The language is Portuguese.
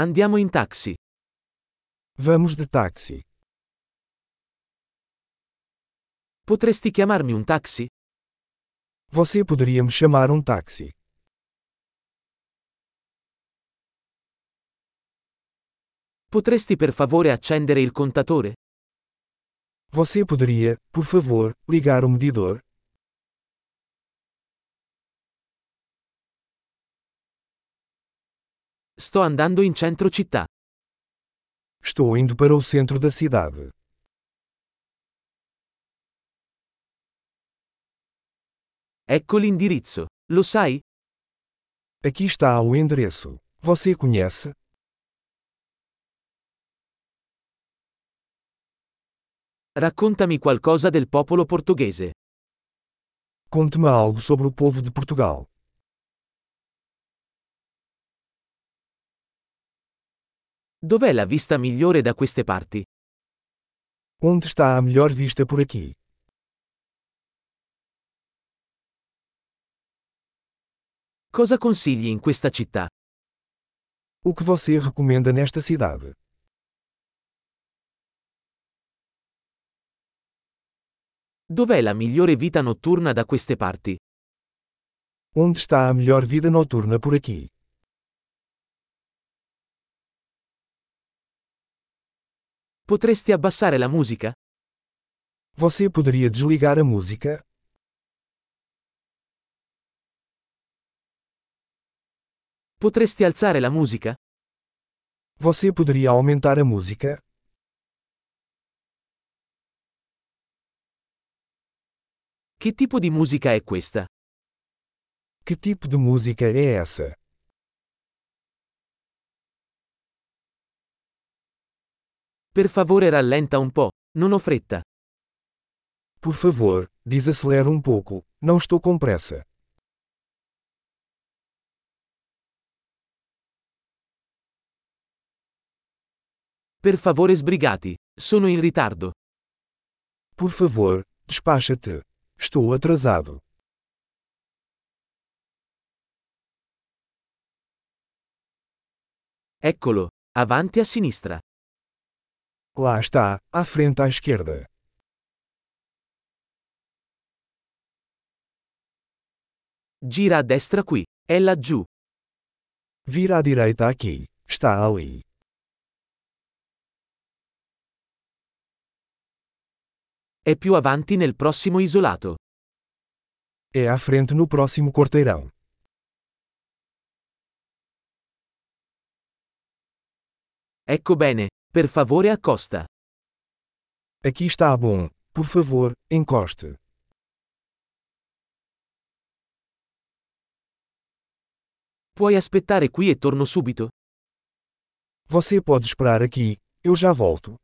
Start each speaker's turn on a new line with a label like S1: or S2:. S1: Andiamo in taxi.
S2: Vamos de táxi.
S1: Potresti chiamarmi un taxi?
S2: Você poderia me chamar um táxi?
S1: Potresti per favore accendere il contatore?
S2: Você poderia, por favor, ligar o medidor?
S1: Sto andando in centro città.
S2: Estou indo para o centro da cidade.
S1: Ecco l'indirizzo. Lo sai?
S2: Aqui está o endereço. Você conhece?
S1: Raccontami qualcosa del popolo portoghese.
S2: Conte-me algo sobre o povo de Portugal.
S1: Dov'è la vista migliore da queste parti?
S2: Onde está a melhor vista por aqui?
S1: Cosa consigli in questa città?
S2: O que você recomenda nesta cidade?
S1: Dov'è la migliore vita notturna da queste parti?
S2: Onde está a melhor vida noturna por aqui?
S1: Potresti abbassare la musica?
S2: Você poderia desligar a música?
S1: Potresti alzare la musica?
S2: Você poderia aumentar a música?
S1: Che tipo di musica è questa?
S2: Que tipo de música é essa?
S1: Per favore rallenta un po', non ho fretta.
S2: Por favor, desacelera um pouco, não estou com pressa.
S1: Per favore sbrigati, sono in ritardo.
S2: Por favor, despacha-te. Estou atrasado.
S1: Eccolo, avanti a sinistra.
S2: Lá está, à frente à esquerda.
S1: Gira a destra qui, è laggiù.
S2: Vira à direita aqui. Está ali.
S1: È più avanti nel prossimo isolato.
S2: É à frente no próximo quarteirão.
S1: Ecco bene, per favore accosta.
S2: Aqui está bom. Por favor, encoste.
S1: Puoi aspettare qui e torno subito?
S2: Você pode esperar aqui, eu já volto.